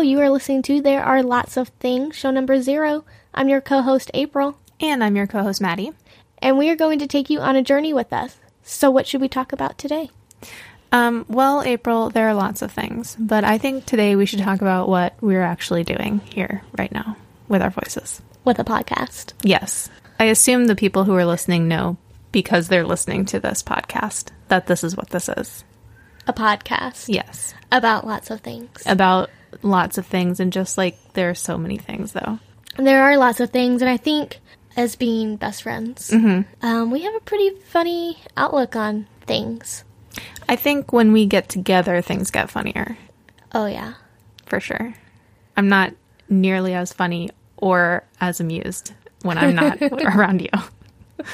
listening to There Are Lots of Things, show number zero. I'm your co host, April, And I'm your co host, Maddie. and we are going to take you on a journey with us. So, what should we talk about today? Um, well, April, there are lots of things, but I think today we should talk about what we're actually doing here right now with our voices. With a podcast. Yes. I assume the people who are listening know because they're listening to this podcast that this is what this is. A podcast Yes. about lots of things. About lots of things, and just like there are so many things, though. There are lots of things, and I think as being best friends, um, we have a pretty funny outlook on things. I think when we get together, things get funnier. Oh, yeah. for sure. I'm not nearly as funny or as amused when I'm not around you.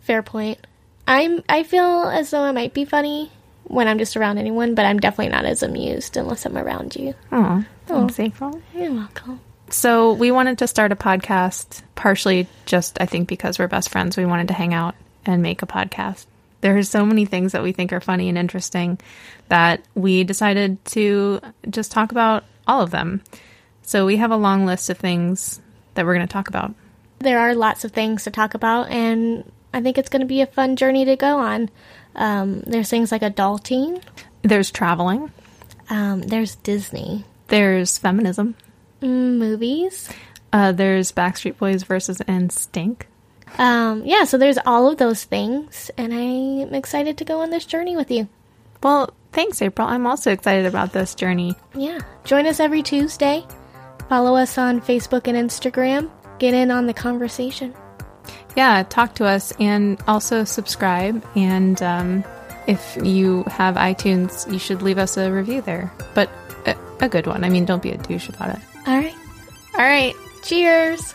Fair point. I'm I feel as though I might be funny when I'm just around anyone, but I'm definitely not as amused unless I'm around you. Oh, You're welcome. So we wanted to start a podcast, partially just I think because we're best friends. We wanted to hang out and make a podcast. There are so many things that we think are funny and interesting that we decided to just talk about all of them. So we have a long list of things that we're going to talk about. There are lots of things to talk about and I think it's going to be a fun journey to go on. Um, there's things like adulting. There's traveling. Um, there's Disney There's feminism. mm, movies. Uh, there's Backstreet Boys versus Instinct. Um, yeah, so there's all of those things, and I'm excited to go on this journey with you. Well, thanks, April. I'm also excited about this journey. Yeah. Join us every Tuesday. Follow us on Facebook and Instagram. Get in on the conversation. Yeah, talk to us and also subscribe. And um, if you have iTunes, you should leave us a review there, but a, a good one. I mean, don't be a douche about it. All right. All right. Cheers.